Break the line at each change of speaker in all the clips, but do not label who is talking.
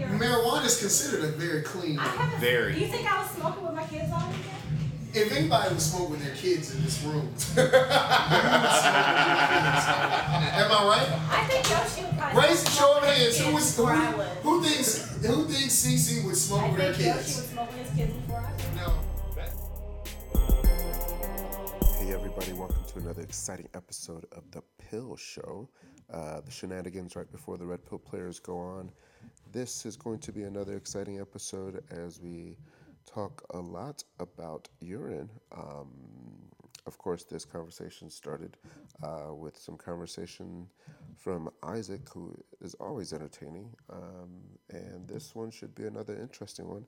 One is considered a very clean.
I haven't.
Very.
Do you think I was smoking with my kids all weekend?
If anybody would smoke with their kids in this room, you would smoke with your kids. am I
I think Yoshi would
right?
probably.
Raise the show of hands. Who was who,
Before I would.
who thinks who thinks Cece would smoke
I
with her
think Yoshi would
kids?
smoke with his kids before I would.
No.
Hey, everybody, welcome to another exciting episode of The Pill Show. Uh, the shenanigans right before the Red Pill players go on. This is going to be another exciting episode as we talk a lot about urine. Um, of course, this conversation started uh, with some conversation from Isaac, who is always entertaining. Um, and this one should be another interesting one.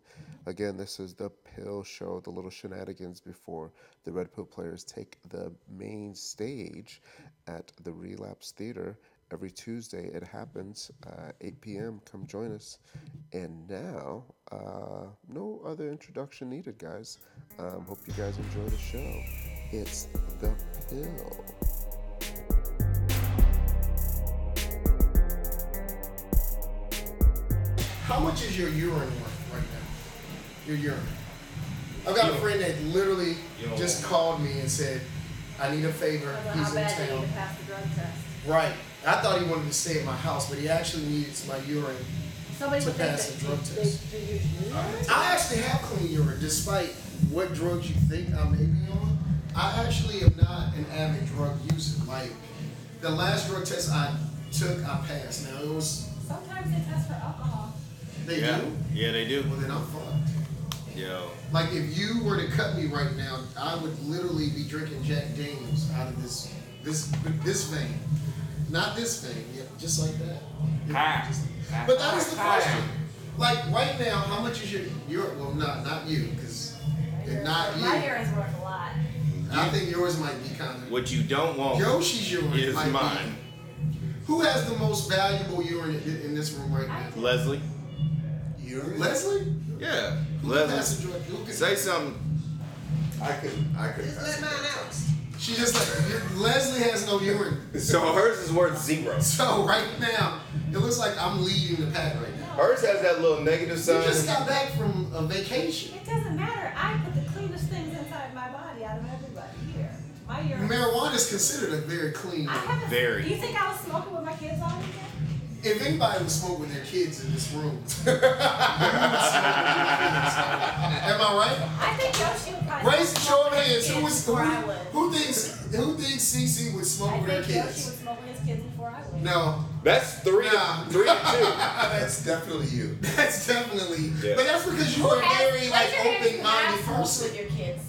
Again, this is the Pill Show, the little shenanigans before the Red Pill players take the main stage at the Relapse Theater every Tuesday. It happens, uh, 8 p.m. Come join us. And now, uh, no other introduction needed, guys. Um, hope you guys enjoy the show. It's The Pill.
How much is your urine worth right now? Your urine. I've got a friend that literally
Yo.
just called me and said, "I need a favor.
Well,
He's
I
in
bet you
town."
need to pass the drug test.
Right. I thought he wanted to stay at my house, but he actually needs my urine.
Somebody
To
would think
pass
that
the drug
they-
test.
they do urine?
I actually have clean urine, despite what drugs you think I may be on. I actually am not an avid drug user. Like the last drug test I took, I passed. Now it was
Sometimes they test for alcohol.
they
yeah.
do.
Yeah, they do.
Well then I'm fucked.
Yo.
Like if you were to cut me right now, I would literally be drinking Jack Daniels out of this this this vein, not this vein, yeah, just like that.
Ah.
Yeah, just- But that is the question. Like right now, how much is your your well not not you because not
My
you.
urine's worth a lot.
I think yours might be kind of
What you don't want
Yoshi's urine
is
might be-
mine.
Who has the most valuable urine in, in this room right now?
Leslie?
Urine?
Leslie.
Yeah.
Who can pass a
Leslie.
drug? Who can-
Say something.
I could, I could.
Just let mine out.
She just like Leslie has no urine.
So hers is worth zero.
So right now, it looks like I'm leading the pack right now.
Hers has that little negative
You just
sign.
got back from a vacation.
It doesn't matter. I put the cleanest things inside my body out of everybody here. My urine.
Marijuana is considered a very clean.
I haven't.
Very.
Do you think I was smoking with my kids all weekend?
If anybody would smoke with their kids in this room, you would smoke with your kids. am I
I think Yoshi would
right?
probably.
Raise the show
smoke
of
with his
hands. Who,
kids
was, who,
Before I would.
who thinks who thinks Cece would
I
smoke with her
think Yoshi
kids?
would smoke with his kids before I would.
No,
That's three
Nah.
to, three to
That's definitely you.
that's definitely.
Yeah.
But that's because you are a
Has-
very
raise
like
your hand if you have
open-minded
smoked With
person.
your kids.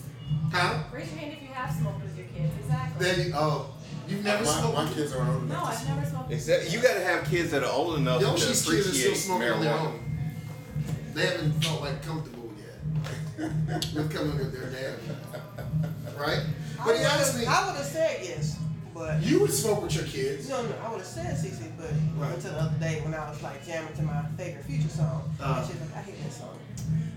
Huh?
Raise your hand if you have smoked with your kids. Exactly.
There you oh, you've never
my,
smoked.
my
with
kids aren't old
no,
enough to
I've never smoked. with
Except you gotta have kids that are old enough
Yoshi's
to
kids are still
appreciate
smoking on their
marijuana.
own. They haven't felt like comfortable yet with coming with their dad, right? But he asked me,
I would have said yes, but
you would smoke with your kids.
no, no, I would have said CC, but
Right.
until the other day when I was like jamming to my favorite Future song,
Uh.
and she was like, I hate that song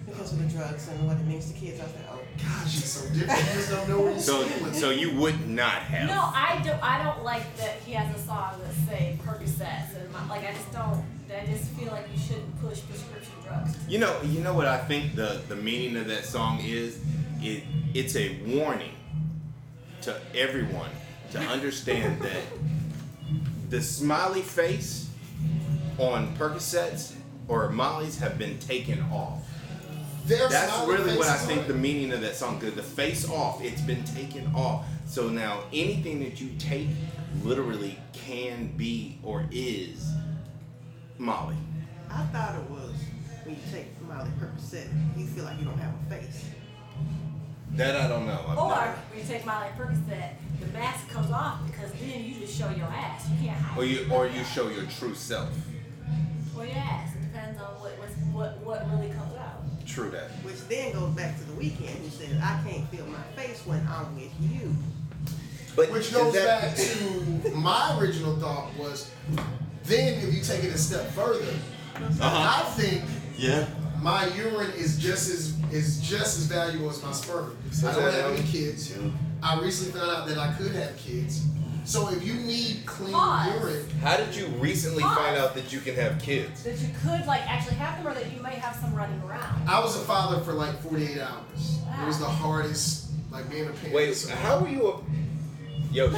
because of the drugs and what it means to kids. I was like, oh,
Gosh, she's so different. You just don't know where you
So
stand with
so
it.
you would not
No,
have.
I don't. I don't like that he has a song that say Percocets and my, like I just don't. I just feel like you shouldn't push prescription drugs.
You know, you know what I think the the meaning of that song is. It it's a warning to everyone to understand that the smiley face on Percocets or Molly's have been taken off.
Their
That's
smiling
really what I
faces
think
are-
the meaning of that song. Cause the face off, it's been taken off. So now anything that you take, literally can be or is Molly.
I thought it was when you take Miley Percocet, you feel like you don't have a face.
That I don't know. I've
Or
never-
when you take Molly Percocet, the mask comes off because then you just show your ass. You can't hide.
Or
it.
you or you show your true self.
Well, your ass. It depends on what what's, what what really comes out.
True that.
Which then goes back to the weekend. He said, I can't feel my face when I'm with you.
But
Which goes back to my original thought was, then if you take it a step further, I think
yeah.
my urine is just as is just as valuable as my sperm. I don't have any kids. I recently found out that I could have kids. So if you need clean
Pause.
urine,
How did you recently find out that you can have kids?
That you could like actually have them, or that you may have some running around.
I was a father for like 48 hours. It was the hardest, like being a parent.
Wait, how were you a. Yo,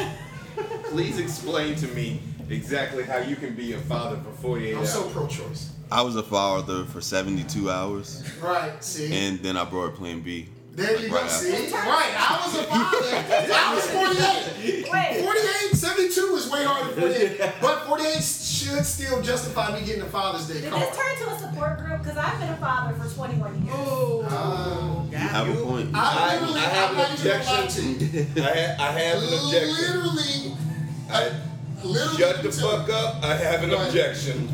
please explain to me exactly how you can be a father for 48
I'm
hours.
so pro-choice.
I was a father for 72 hours,
Right, see?
and then I brought Plan B.
there you go,
Right after.
see? Right, I was a father. I was 48.
Wait.
48, 72 is way harder than 48. But 48 should still justify me getting a Father's Day
Did
card.
this turn to a support group? Because I've been a father for 21 years.
Uh,
You have a point.
I,
I-
literally,
I have
I'm
an
not even gonna lie
objection.
to you.
I, ha- I have an objection.
Literally,
I,
literally.
shut the
until-
fuck up. I have an
Right.
objection.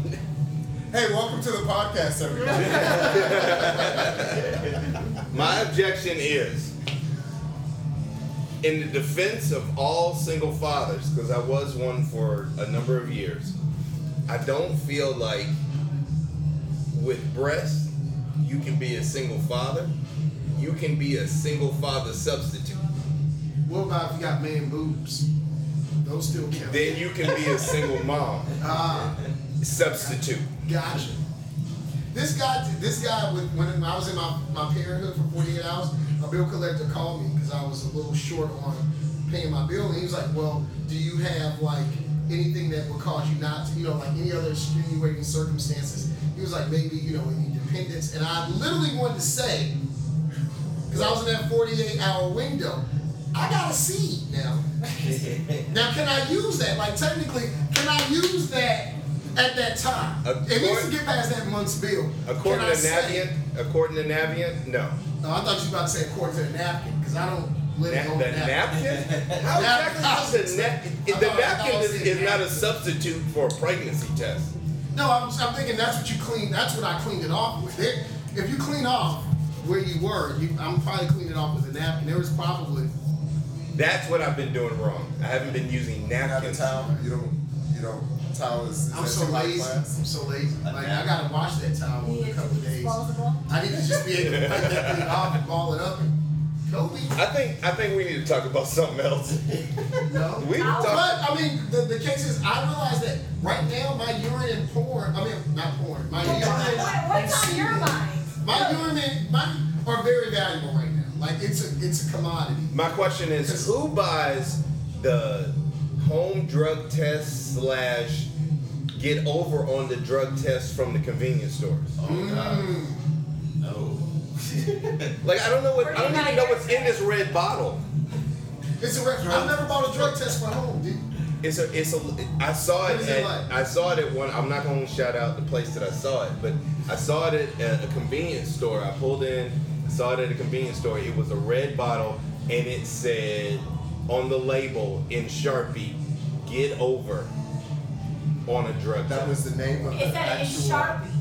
Hey, welcome to the podcast, everybody.
My objection is in the defense of all single fathers, because I was one for a number of years, I don't feel like with breasts, you can be a single father. You can be a single father substitute.
What about if you got man boobs? Those still count.
Then you can be a single mom
Ah,
substitute.
gotcha. This guy, this guy, with, when I was in my, my parenthood for 48 hours, a bill collector called me because I was a little short on paying my bill, and he was like, "Well, do you have like anything that would cause you not, to, you know, like any other extenuating circumstances?" He was like, "Maybe you know, any dependence," and I literally wanted to say, because I was in that 48 hour window, I got a seed now. Now, can I use that? Like, technically, can I use that at that time?
According-
it needs to get past that month's bill.
According
Can
to
I say-
Navient, according to Navient, no.
No, I thought you were about to say according to the napkin, because I don't live
Na-
on
the
napkin.
napkin? How exactly is the napkin?
I
The
thought- I thought
napkin
it
is,
said
is not a
napkin.
substitute for a pregnancy test.
No, I'm, I'm thinking that's what you clean. That's what I cleaned it off with. It, if you clean off where you were, you, I'm probably cleaning it off with a napkin. There was probably
That's what I've been doing wrong. I haven't been using
Not a
napkins.
towel. Um, You don't. You don't. Towel is. is
I'm
that
so
too high
lazy. I'm
class?
so lazy. Like I gotta wash that towel
Need
in
it
a
to
couple
be
of days.
disposable.
I need to just be able to pick that thing off and ball it up. and Kobe,
I think I think we need to talk about something else.
no.
We
Ow.
talk,
But I mean, the, the case is, I realize that right now my urine and porn. I mean, not porn. My urine.
What,
and
what's on your
semen-
mind?
My urine, and mine are very valuable right now. Like it's a it's a commodity.
my question is, who buys the home drug test slash get over on the drug test from the convenience stores?
Mm.
No.
Like I don't know what I don't even know what's in this red bottle.
It's a ref- I've never bought a drug test for home, dude.
It's a, it's a. I saw
What
it.
is it
At,
like?
I saw it at one. I'm not gonna shout out the place that I saw it, but I saw it at a, a convenience store. I pulled in, I saw it at a convenience store. It was a red bottle, and it said on the label in Sharpie, "Get over." On a drug.
That
test.
was the name of
It
the
said it's
actual.
Sharpie.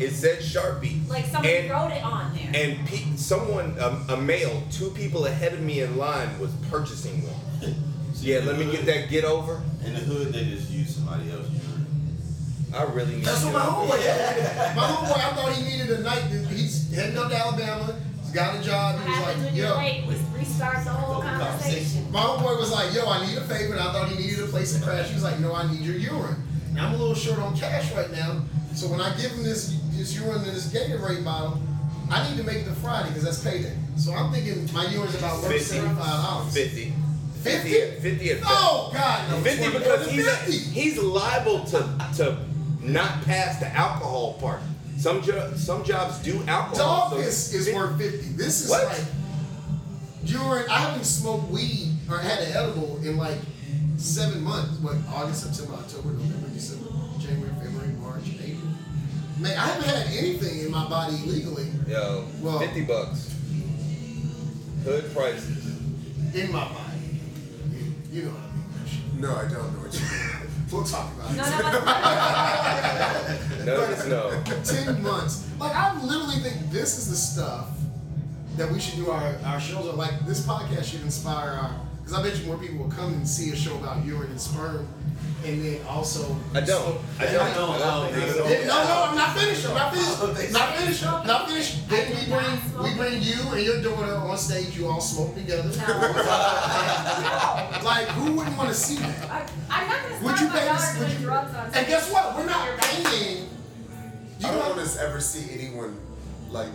it said Sharpie.
Like someone
And-
wrote it on there.
And pe- someone, um, a male, two people ahead of me in line was purchasing one. Yeah, let me get that get over.
In the hood, they just use somebody else's urine.
I really need
That's
to
what
get
my
over.
homeboy had. My homeboy, I thought he needed a night. dude. He's heading up to Alabama. He's got a job.
what
He was
happens
like,
when you're
yo.
late? We restart the whole
Double conversation.
conversation.
My homeboy was like, yo, I need a favor. And I thought he needed a place to crash. He was like, no, I need your urine. And I'm a little short on cash right now. So when I give him this, this urine and this Gatorade bottle, I need to make the Friday because that's payday. So I'm thinking my urine's about worth
Fifty.
$75.
50.
50?
50 at
Oh, God. No,
50
it's worth
because
more
he's,
than 50.
he's liable to, to not pass the alcohol part. Some jo- some jobs do alcohol.
Dog piss is
fif-
worth fifty. This is
What?
like during I haven't smoked weed or had an edible in like seven months. What August, September, October, November, December, January, February, March, April. Man, I haven't had anything in my body legally
Yo,
Well-
50 bucks. Hood prices.
in my body. You, you know what I mean?
No, I don't know what you mean.
We'll talk about it.
None of us.
No, it's no.
10 months. Like, I literally think this is the stuff that we should do our, our shows on. Like, this podcast should inspire our. Because I bet you more people will come and see a show about urine and sperm. And then also.
I don't. I don't. I don't.
Oh,
No, no, I'm not finished. I'm not finished. Not finished. Not finished. Then we bring, we bring you and your daughter on stage, you all smoke together. like, who wouldn't want to see that?
I, I'm not gonna
Would you
stop my
pay
daughter
this? Would
doing
you?
drugs on
And guess what? We're not
You're right.
paying. You
I don't want
don't.
to ever see anyone like.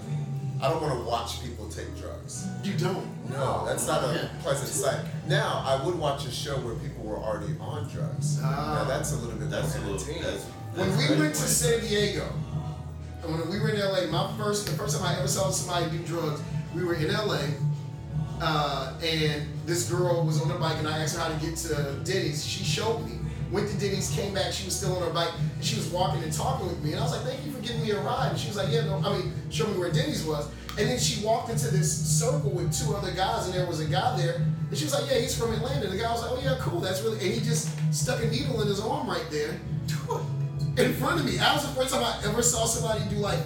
I don't want to watch people take drugs.
You don't.
No, that's not a
Yeah.
pleasant sight. Now, I would watch a show where people were already on drugs.
Ah.
Now, that's a little bit
That's a
more
little.
entertaining.
That's,
When
that's
we
great
went to
point.
San Diego, and when we were in LA, my first, the first time I ever saw somebody do drugs, we were in LA, uh, and this girl was on her bike, and I asked her how to get to Diddy's. She showed me. Went to Diddy's, came back, she was still on her bike, and she was walking and talking with me, and I was like, "Thank you for giving me a ride." And she was like, "Yeah, no, I mean, show me where Diddy's was." And then she walked into this circle with two other guys, and there was a guy there, and she was like, "Yeah, he's from Atlanta." And the guy was like, "Oh yeah, cool, that's really," and he just stuck a needle in his arm right there in front of me. That was the first time I ever saw somebody do like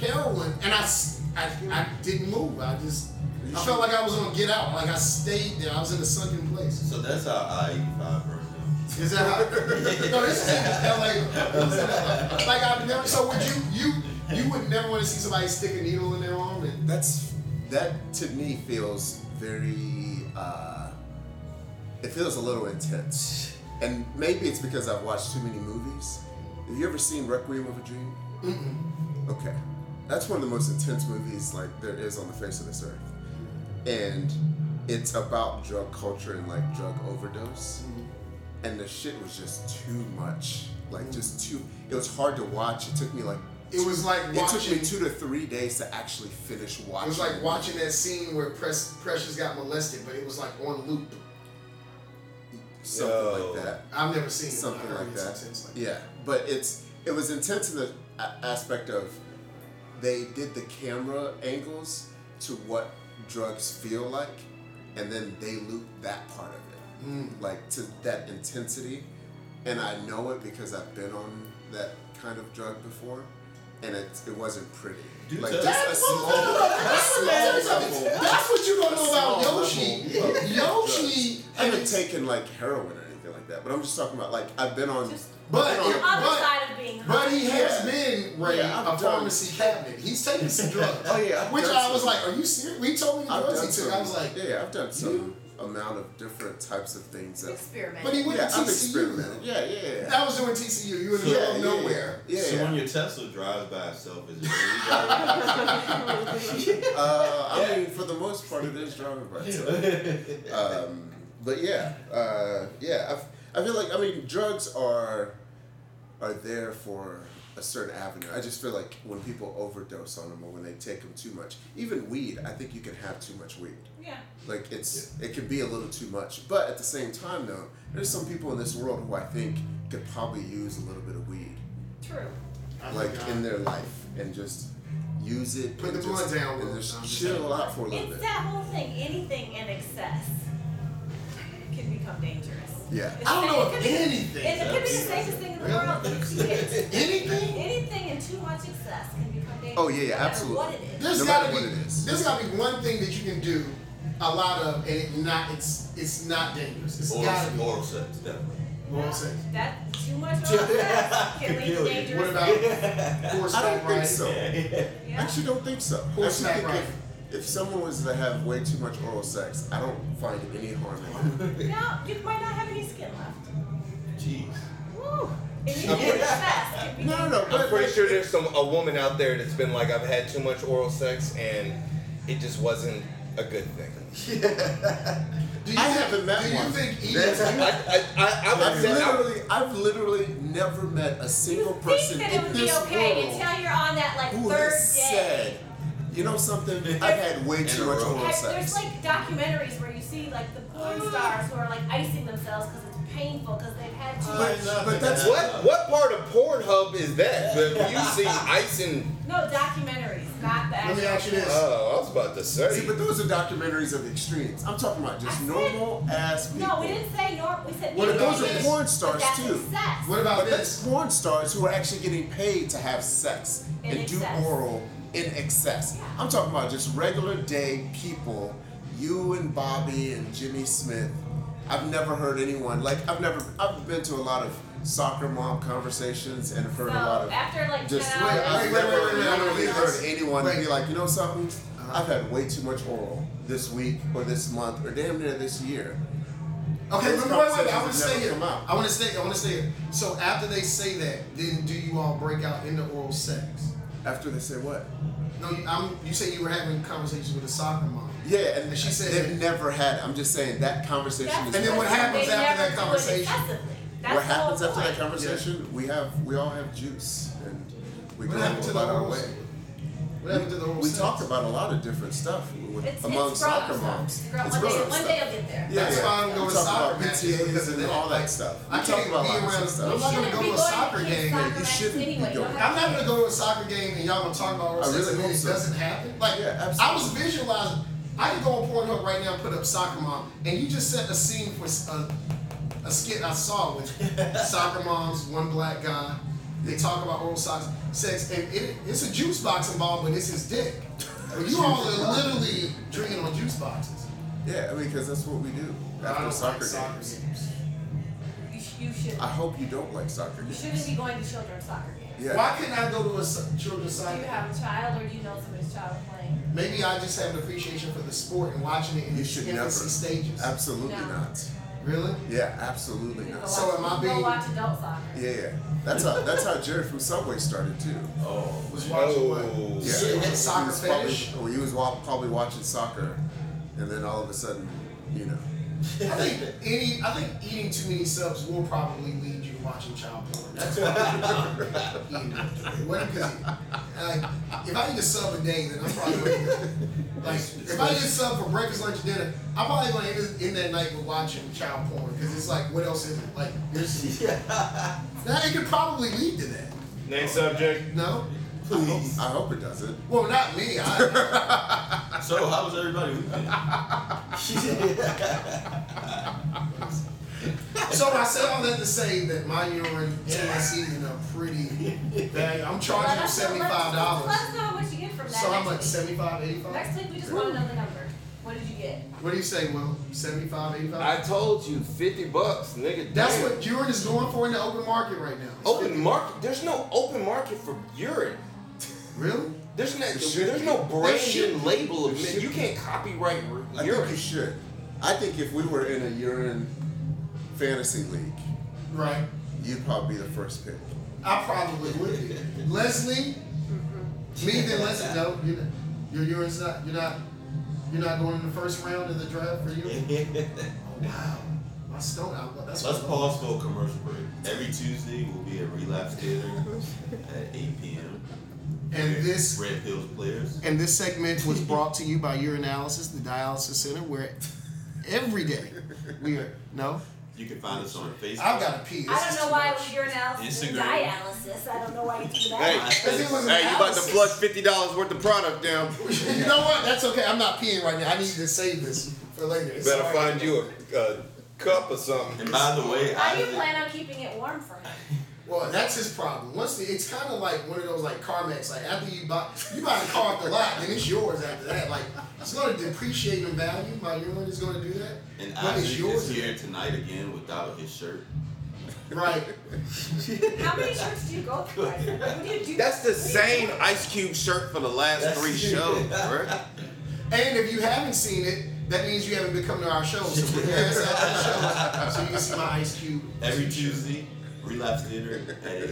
heroin, and I, s- I, I didn't move. I just I felt like I was on Get Out. Like I stayed there. I was in a sunken place.
So that's our I-85 version.
Is that how? no, this is in L.A. It was in LA. Like I've never. So would you you you would never want to see somebody stick a needle in their arm and
That's that to me feels very. Uh, it feels a little intense, and maybe it's because I've watched too many movies. Have you ever seen Requiem of a Dream? Mm-mm. Okay, that's one of the most intense movies like there is on the face of this earth, and it's about drug culture and like drug overdose,
Mm-hmm.
and the shit was just too much. Like just too. It was hard to watch. It took me like.
Mm. it was like
It took
watching.
me
It,
two to three days to actually finish watching.
was like watching that scene where Press, Precious got molested, but it was like on loop.
something
Yo.
like that.
I've never seen
Something
it. I heard
like
it's
that.
intense like that.
Yeah, but it's it was intense in the a- aspect of they did the camera angles to what drugs feel like, and then they looped that part of it,
Hmm.
like to that intensity. And I know it because I've been on that kind of drug before, and it, it wasn't pretty.
Do
like
tell.
just a small, a small level.
That's what you don't know about
Small
Yoshi.
level of
Yoshi,
drugs. I haven't taken like heroin or anything like that, but I'm just talking about like I've been on.
Just-
But,
Hold
The
on.
other
but-
side of being
but he
high.
has been Ray
Yeah, I've
a
done-
pharmacy cabinet. He's taking some drugs.
Oh, yeah, I've
which
done
I was
some.
like, are you serious? We told me the
I've
drugs
done
he took. I was
some-
like,
yeah, I've done some amount of different types of things. That,
experiment.
but he went
yeah,
to
I've
TCU. though.
experimented. Yeah, yeah, yeah.
That was doing TCU. You were in the
yeah,
middle of
yeah,
nowhere.
Yeah,
so
yeah.
when your Tesla drives by itself, is it really
Uh, I
Yeah.
mean, for the most part, it is driving by itself.
driving?
Um, but yeah, uh, yeah. I, I feel like I mean, drugs are are there for a certain avenue. I just feel like when people overdose on them or when they take them too much, even weed. I think you can have too much weed.
yeah.
Like it's it can be a little too much. But at the same time, though, there's some people in this world who I think could probably use a little bit of weed,
True.
I
like
forgot.
in their life, and just use it.
Put
and
the
just,
blunt down,
and
Will. I'm
just
just
chill out for a little
It's
bit.
that whole thing. Anything in excess can become dangerous.
Yeah.
It's
I don't
the-
know
it
if
could be-
anything
It could be the safest thing in the
Really?
world. that you get.
Anything?
Anything in too much excess can become dangerous.
Oh, yeah, yeah,
no matter
absolutely.
What it is.
There's
No
gotta
matter
be
what it is.
there's gotta be one thing that you can do a lot of and it not it's it's not dangerous. It's gotta
Oral,
be
oral sex, definitely.
what I'm saying.
That too much of that can
Could
lead to
kill you.
dangerous.
What about
I
horseback
don't think
riding?
so. I
Yeah.
actually don't think so. I
Horseback
actually think
riding.
if, if someone was to have way too much oral sex, I don't find any harm in it.
Now you might not have any skin left.
Jeez.
Woo. Anything in excess can be
No, no, no.
I'm
But,
pretty sure there's some a woman out there that's been like, I've had too much oral sex and it just wasn't a good thing.
Do you
I
think-
haven't met
do you
one.
think
I,
even
I, I, I would
I've
say I-
literally, I've literally never met a single person
Think that it
in
would be
this
okay
world
until you're on that like
who
third
has
day.
said, you know something? I've had way too
a
much
row.
oral
Have- there's
sex.
like documentaries where you see like the porn stars who are like icing themselves because it's painful because they've had too
But,
much.
but that's
What what part of Pornhub is that? But you see icing.
No documentaries, not the
Let
actual.
me ask you this.
Oh, I was about to
See,
say.
but those are documentaries of extremes. I'm talking about
I
just
said-
normal ass people.
No, we didn't say normal. We said
What if
anything
those are
is-
porn
but
stars,
that's
too?
Excess.
What about
But that's
this?
porn stars who are actually getting paid to have sex
In
and do
excess.
oral in excess.
Yeah.
I'm talking about just regular day people, you and Bobby and Jimmy Smith. I've never heard anyone like I've never I've been to a lot of soccer mom conversations and heard
so
a lot of
after like
just
ten
wait,
hours,
wait,
I've never
wait, wait, wait,
never heard anyone
Right. Uh-huh.
be like, you know something? I've had way too much oral this week or this month or damn near this year.
Okay,
Those
wait, wait, wait, wait, I want to
conversations
stay
never
here.
come out.
I want to stay. I want to stay here. So after they say that, then do you all break out into oral sex?
After they say what?
No, you- I'm, you say you were having conversations with a soccer mom.
Yeah, and
She
she
said-
said they've never had. it. I'm just saying that conversation
That's
is.
And then what
because
happens
they
after
never
that
do it
conversation?
excessively. That's
what
the whole
happens after that
point.
conversation? We have we all have juice and we
What
go
happened to the
about our
oral?
way.
What happened to the oral
We
sex?
talked about a lot of different stuff with,
It's,
among
it's grown
soccer
stuff.
moms.
It's grown-
It's
one, day,
grown
one
stuff.
day you'll get there.
Yeah,
That's
yeah.
why I don't go
We
to
talk
soccer
about
matches because
PTAs
of
and
that.
all
Like,
that stuff. We
I
talk
can't
about
be
lots
around-
of
I'm not
stuff.
gonna
You're be
go to a
going
soccer
kids'
game,
soccer
man. You
matches
shouldn't be
anyway. You don't
going.
have
I'm not gonna go to a soccer game and y'all gonna talk about oral
I
sex
really
and then
hope
it
so.
doesn't happen. Like
Yeah, absolutely.
I was visualizing. I can go on Pornhub right now and put up soccer mom, and you just set a scene for s- a, a skit I saw with soccer moms, one black guy. They talk about oral sex, sex, and it, it's a juice box involved, but it's his dick. But you all are literally drinking on juice boxes.
Yeah, I mean, because that's what we do
I don't
after
like
soccer
soccer
games.
games.
You, sh- you should.
I hope you don't like soccer
You
games.
shouldn't be going to children's soccer games.
Yeah.
Why couldn't I go to a s- children's
Do
soccer?
you
game?
have a child or do you know somebody's child playing?
Maybe I just have an appreciation for the sport and watching it in
You
its
should
infancy
never.
stages.
Absolutely
No.
not.
Really?
Yeah, absolutely
You can
not.
go
So
watch,
am I
you can
being-
Go watch adult soccer.
Yeah, yeah. That's how that's how Jared from Subway started too.
Oh,
Was watching what?
no.
Oh. Yeah,
Shit, that soccer
he was probably,
fetish?
well, he was wa- probably watching soccer, and then all of a sudden, you know.
I think any I think eating too many subs will probably lead you to watching child porn. That's why I'm not eating it. What because like if I eat a sub a day, then I'm probably like if I eat a sub for breakfast, lunch, dinner, I'm probably gonna end, end that night with watching child porn because it's like what else is it? Like there's that it could probably lead to that.
Next subject.
No?
Please. I hope it doesn't.
Well not me. I
So how was everybody? weekend?
So I said all that to say that my urine and my semen are pretty bad. I'm charging them
us know-
seventy five dollars.
Let's know what you get from that.
So how
next
much?
week.
75, 85?
Next week we just want to know the number. What did you get?
What do you say, Will? 75, 85?
I told you, fifty bucks, nigga.
That's
damn.
what urine is going for in the open market right now.
Open market. There's no open market for urine.
Really?
There's no.
should
There's
be.
no
There should
branded
be.
label of
There
men.
should
You
be.
can't copyright r-
I think
urine.
you should. I think if we were in a urine fantasy league,
Right.
you'd probably be the first pick.
I probably would be. Leslie?
Mm-hmm.
Me then Leslie. No, you your urine's not you're not you're not going in the first round of the draft for urine? oh wow. My stone I, that's
Let's
what-
pause for a commercial break. Every Tuesday, we'll be at Relapse Theater at 8 p.m.
And this
Red Hills Players.
And this segment was brought to you by Urinalysis, the dialysis center, where every day we are. No?
You can find us on Facebook.
I've got to pee. This
I don't
is
know
too
why
much.
it was urinalysis and
Instagram.
dialysis. I don't know why you do
Hey,
that.
Because it was an
hey, you about to
dialysis.
flush fifty dollars worth of product down.
You know what? That's okay. I'm not peeing right now. I need to save this for later. It's
Better
all right.
find you a, a cup or something.
and by the way,
How
I
do you
did-
plan on keeping it warm for him?
Well, that's his problem. Once the, it's kind of like one of those like CarMax. Like after you buy, you buy the car off the lot, and it's yours after that. Like it's going to depreciate in value. My urine is going to do that.
and
but
Isaac
it's yours.
is here tonight again without his shirt.
Right.
How many shirts do you go through? Isaac? What do you do?
That's the
What do you
same
do?
Ice Cube shirt for the last
That's-
three shows, bro.
And if you haven't seen it, that means you haven't been coming to our show. So we're gonna pass out our shows so you can see my Ice Cube
Every Tuesday, Relapse Theater at 8.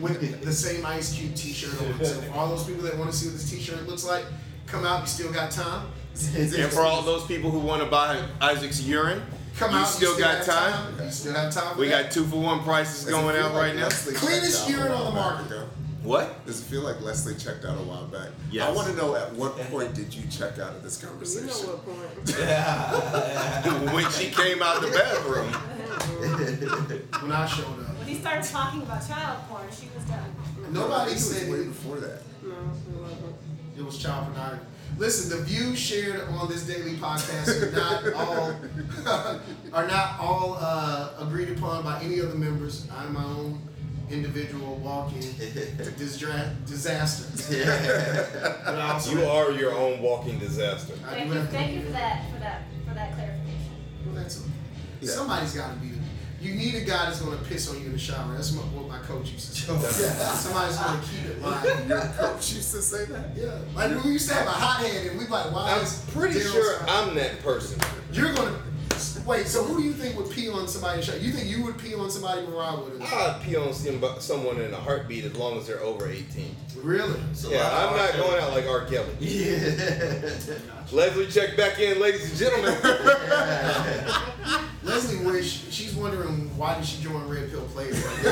with the same Ice Cube T-shirt on. So for all those people that want to see what this T-shirt looks like, come out. You still got time.
And for all those people who want to buy Isaac's urine,
Come
you
out.
still got
have
time.
You still have time. for
We
that.
got two for one prices
Does it
going
feel
out
like
right now.
Leslie
Cleanest
checked out
urine
a
on the
while
market.
back ago?
What?
Does it feel like Leslie checked out a while back?
Yes.
I want to know at what point did you check out of this conversation?
You know what point?
when she came out the bathroom.
When I showed up,
When he started talking about child porn, she was done.
nobody
It was
said
way
it,
before that.
No, it wasn't.
it was child pornography. Listen, the views shared on this daily podcast are not all are not all uh, agreed upon by any of the members. I'm my own individual walking disdra- disaster. But I also
You are your own walking disaster.
I do
Thank
have
you,
to
thank
be
you for
there.
that, for that, for that clarification.
Well, that's okay.
Yeah.
Somebody's got to be. You need a guy that's gonna piss on you in the shower. That's my, what my coach used to tell me. Somebody's gonna keep it live.
Your coach used to say that.
Yeah, like when we used to have a hot head, and we like, why?
I'm
is
pretty
Daryl's-
sure I'm that person.
You're gonna wait. So who do you think would pee on somebody's shower? You think you would pee on somebody Mariah would? have?
I'd pee on some- someone in a heartbeat as long as they're over 18.
Oh. Really?
So
Yeah,
I-
I'm not going out like R. Kelly.
Yeah.
Leslie, check back in, ladies and gentlemen.
Leslie Wish, she's wondering why did she join Red Pill Players?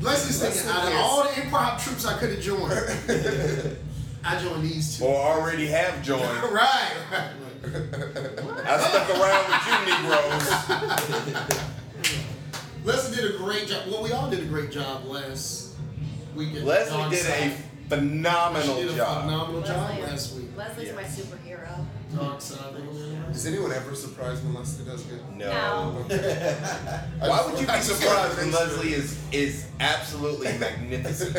Leslie's thinking, out of all the improv troops I could have joined, I joined these two.
or already have joined.
Right, right.
I stuck around with you, Negroes.
Leslie did a great job. Well, we all did a great job last weekend.
Leslie did a phenomenal
she did a
job.
phenomenal job
Leslie-
last week.
Leslie's my superhero.
Dark side. of the moon.
Is anyone ever surprised when Lester does good?
No.
Why would you be
I just
surprised when
wanna make sure.
Leslie is is absolutely magnificent?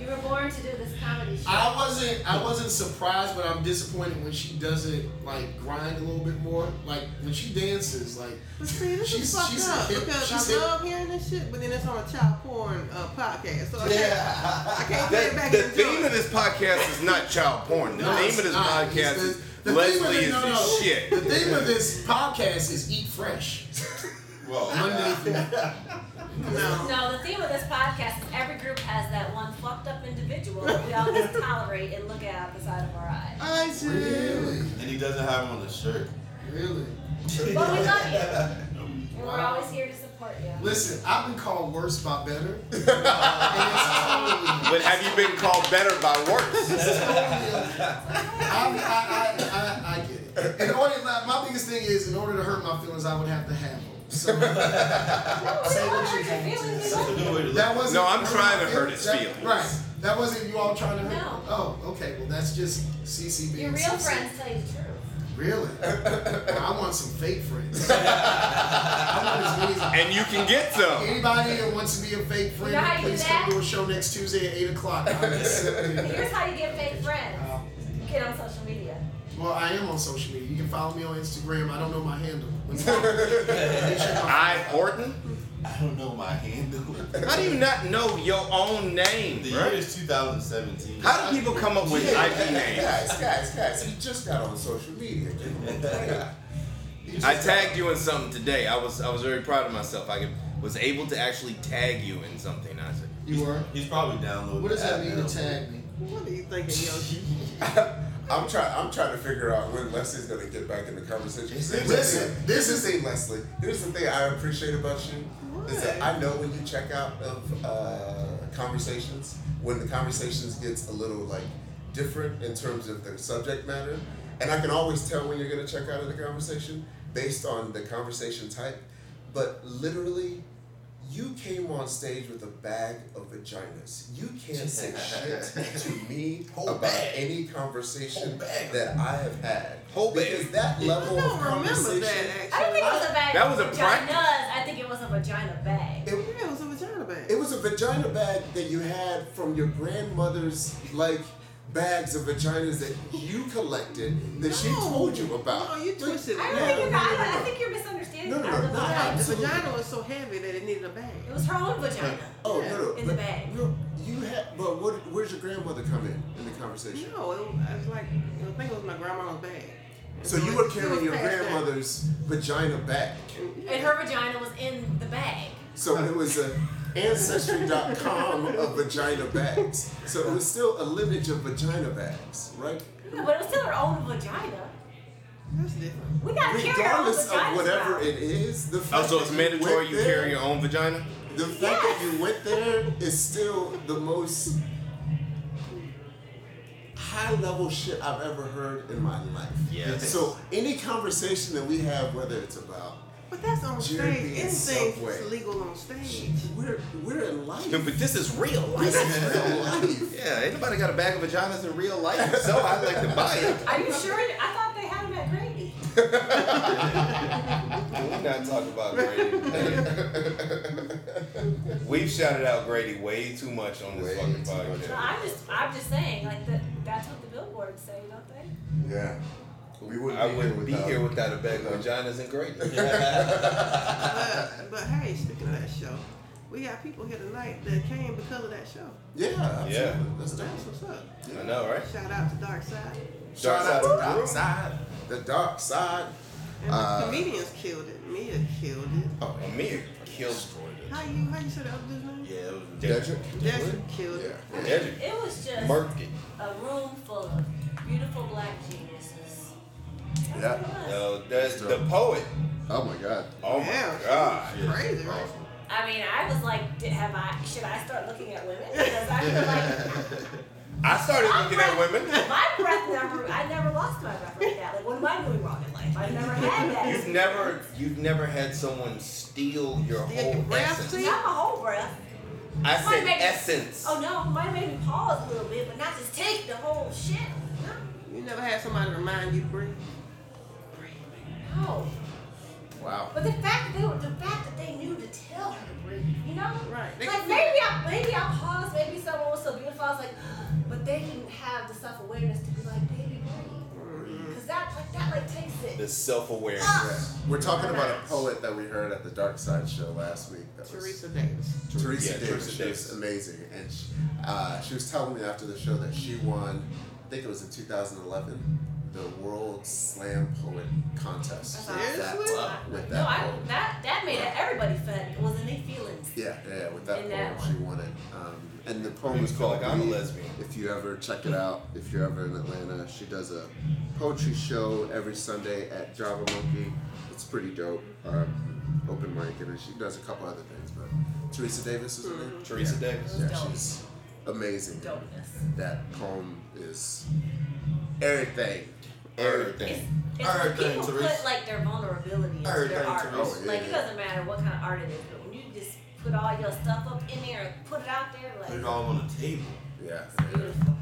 You were born to do this comedy show.
I wasn't I wasn't surprised, but I'm disappointed when she doesn't like grind a little bit more. Like when she dances, like
But see, this
She's-
is fucked
she's
up
hip.
because
She's
I
hip.
love hearing this shit, but then it's on a child porn uh, podcast, so I can't, I can't get it
The,
back
the
in
theme of this podcast is not child porn. The
No,
theme of
it's
this
not.
podcast
It's
is
the- the theme of
Leslie
it-
is
no,
the
no.
shit.
The theme of this podcast is eat fresh.
Well,
Monday through
No, the theme of this podcast is every group has that one fucked up individual that we all just tolerate and look at out the side of our eyes.
I do.
Really?
and he doesn't have on a shirt.
Really?
But we love you. And we're always here to support you.
Listen, I've been called worse by better. Uh, and it's totally
But have you been called better by worse?
I, I, I, I, I get it. In order, like, my biggest thing is, in order to hurt my feelings, I would have to have them. So
We don't hurt your feelings, we love you.
that wasn't.
No, I'm trying to
that-
hurt his
that-
feelings.
Right. That wasn't you all trying to hurt.
No.
Oh, okay. Well, that's just CC being
Your real
CC.
friends tell you the truth.
Really? Well, I want some fake friends. I want as many as
And you can get some.
Anybody that wants to be a fake friend,
You know how you do
please
that?
come to a show next Tuesday at 8 o'clock. I'm just sitting there.
Here's how you get fake friends.
Um,
Get on social media.
well, I am on social media. You can follow me on Instagram. I don't know my handle. Let me- Make sure my-
I Horton.
I don't know my handle.
How do you not know your own name,
The year
bro?
is 2017.
How do people come up with IP names?
Guys, guys, guys, he just got on social media. Give him a break. He just
I
got-
tagged you in something today. I was I was very proud of myself. I could, was able to actually tag you in something. I said,
You are?
He's probably downloading.
What does
the
that
app
mean
now.
to tag me?
What are you thinking, Yoshi?
I'm trying. I'm trying to figure out when Leslie's gonna get back in the conversation.
Listen,
this is a Leslie. Here's the thing I appreciate about you is that I know when you check out of uh, conversations, when the conversations gets a little like different in terms of the subject matter, and I can always tell when you're gonna check out of the conversation based on the conversation type. But literally, you came on stage with a bag of vaginas. You can't say shit to me about any conversation that I have had.
Whole bag.
Because that
I
level of
don't remember
conversation.
that
I don't
actually.
think it was a bag.
That was a
of
practice.
vaginas. I think it was a vagina bag.
It,
Yeah, it was a vagina bag.
it was a vagina bag that you had from your grandmother's like bags of vaginas that you collected that she
No.
told you about.
No, you twisted it.
I
No,
don't think you're
no,
not.
no,
I
no.
think you're misunderstanding.
No, no,
I
no,
was
no,
like,
No, the
Absolutely.
vagina was so heavy that it needed a bag.
It was her own vagina.
Oh
Yeah,
no, no.
in
but
the bag.
you're- You had, but what, where's your grandmother come in in the conversation?
No, it was, I was like, I think it was my grandma's bag.
So
It
you
was-
were
it
carrying
was
your
passed down.
grandmother's vagina bag.
And her vagina was in the bag.
So it was a ancestry.com of vagina bags. So it was still a lineage of vagina bags, right?
No, but it was still her own vagina.
That's different.
We gotta carry our own
Regardless
vaginas.
of whatever
around.
it is, the fact
"Oh, so it's
that
mandatory
went
you
there-
carry your own vagina."
The fact that you went there is still the most high level shit I've ever heard in my life.
Yes.
So any conversation that we have, whether it's about
But that's on stage.
Jerry being
Anything
Subway.
is legal on stage.
we're we're in life.
But this is real
This
life.
is real life.
Yeah, ain't nobody got a bag of vaginas in real life, so I'd like to buy it.
Are you sure? I thought they had them at Grady.
We're not talking about Grady. We've shouted out Grady way too much on this
Way
fucking
too
podcast.
No, I'm just, I'm just saying, like that. That's what the billboards say, don't they?
Yeah. We wouldn't
I
be
wouldn't
here
be
without-
here without a bag of vaginas and gravy.
But, but hey, speaking of that show, we got people here tonight that came because of that show.
Yeah, absolutely.
Yeah.
That's
So
dope.
that's what's up.
I know, right?
Shout out to Dark Side.
Shout out to
Dark
Dark
Side.
Side. The Dark Side.
And
Uh,
the comedians killed it. Mia killed it.
Oh, Amir killed destroyed
How you how you say that other dude's name?
Yeah, it was
Dedrick?
Desert killed
Yeah.
it.
Dedrick
It was just
murked it.
a room full of beautiful black geniuses. That's
Yeah.
what it was.
No, that's the poet.
Oh my God.
Oh
Yeah,
my god.
she was crazy, right?
I mean, I was like, did, have I? Should I start looking at women? Because I feel like
I started
I'm
looking at
right.
women.
my breath never. I never lost my breath like that. Like, what am I doing wrong in life? I never had that.
You've never, you've never had someone steal your
Steal your
whole
breath,
essence.
see?
Not my whole breath.
I
Might
said
make me-
essence.
Oh no, it might make me pause a little bit, but not just take the whole shit.
You never had somebody remind you to breathe.
No. no.
Wow.
But the fact that they were, the fact that they knew to tell her to breathe, you know?
Right. They
Like
could-
maybe I maybe I paused, maybe someone was so beautiful, I was like, but they didn't have the self awareness to be like, baby, breathe.
Mm.
Because that like that like takes it.
The self-awareness.
Yeah. We're talking about a poet that we heard at the Dark Side show last week. That was
Teresa Davis.
Teresa
Yeah,
Davis.
Teresa
She was
Davis.
amazing, and she, uh, she was telling me after the show that she won. I think it was in 2011, the World Slam Poet Contest.
That's
With that-
Seriously?
with
no,
that
I
poem.
that that made it everybody felt it was in their feelings.
Yeah, yeah, with that
In
poem
that
she
one.
won it. Um, and the poem
Made
was
me feel
called
like I'm a
Leave.
lesbian.
If you ever check it out, if you're ever in Atlanta, she does a poetry show every Sunday at Java Monkey. It's pretty dope. Um, open mic, and then she does a couple other things. But Teresa Davis is her name.
Teresa
yeah.
Davis.
Yeah,
Dope.
she's amazing.
Dopeness.
That poem is everything.
It's,
Everything.
it's
I
when
heard that,
people
Teresa.
put like their vulnerability into
I heard
their
that,
art.
Teresa.
Oh,
Like
yeah.
it doesn't matter what kind of art it is, but when you just put all your stuff up in there and put it out there, like
Put it all on the table.
Yeah.
it's beautiful.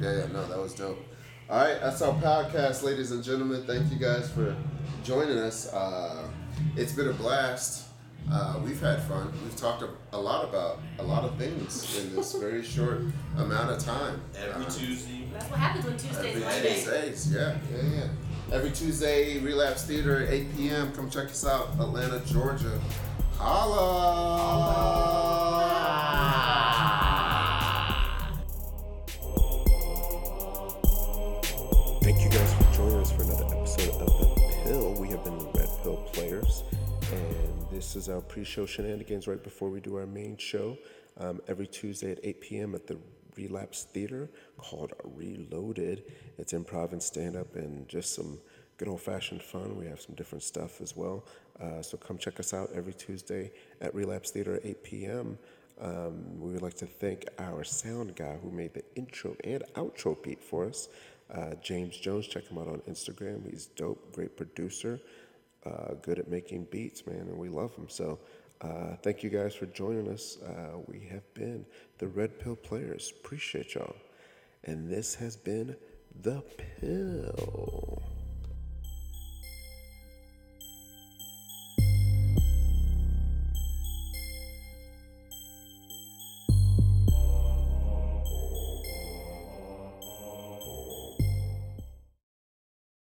Yeah, yeah, no, that was dope. All right, that's our podcast, ladies and gentlemen. Thank you guys for joining us. Uh, it's been a blast. Uh, we've had fun. We've talked a, a lot about a lot of things in this very short amount of time.
Every
Uh,
Tuesday.
That's what happens when Tuesdays
Every
Mondays.
Tuesdays, yeah, yeah, yeah. Every Tuesday, Relapse Theater, 8 p.m. Come check us out, Atlanta, Georgia. Holla!
Thank you guys for joining us for another episode of The Pill. We have been the Red Pill Players, and this is our pre show shenanigans right before we do our main show um, every Tuesday at 8 p.m. at the Relapse Theater called Reloaded. It's improv and stand up and just some good old fashioned fun. We have some different stuff as well. Uh, so come check us out every Tuesday at Relapse Theater at 8 p.m. Um, we would like to thank our sound guy who made the intro and outro beat for us, uh, James Jones. Check him out on Instagram. He's dope, great producer, uh, good at making beats, man, and we love him. So uh, thank you guys for joining us. Uh, we have been the Red Pill Players. Appreciate y'all. And this has been The Pill.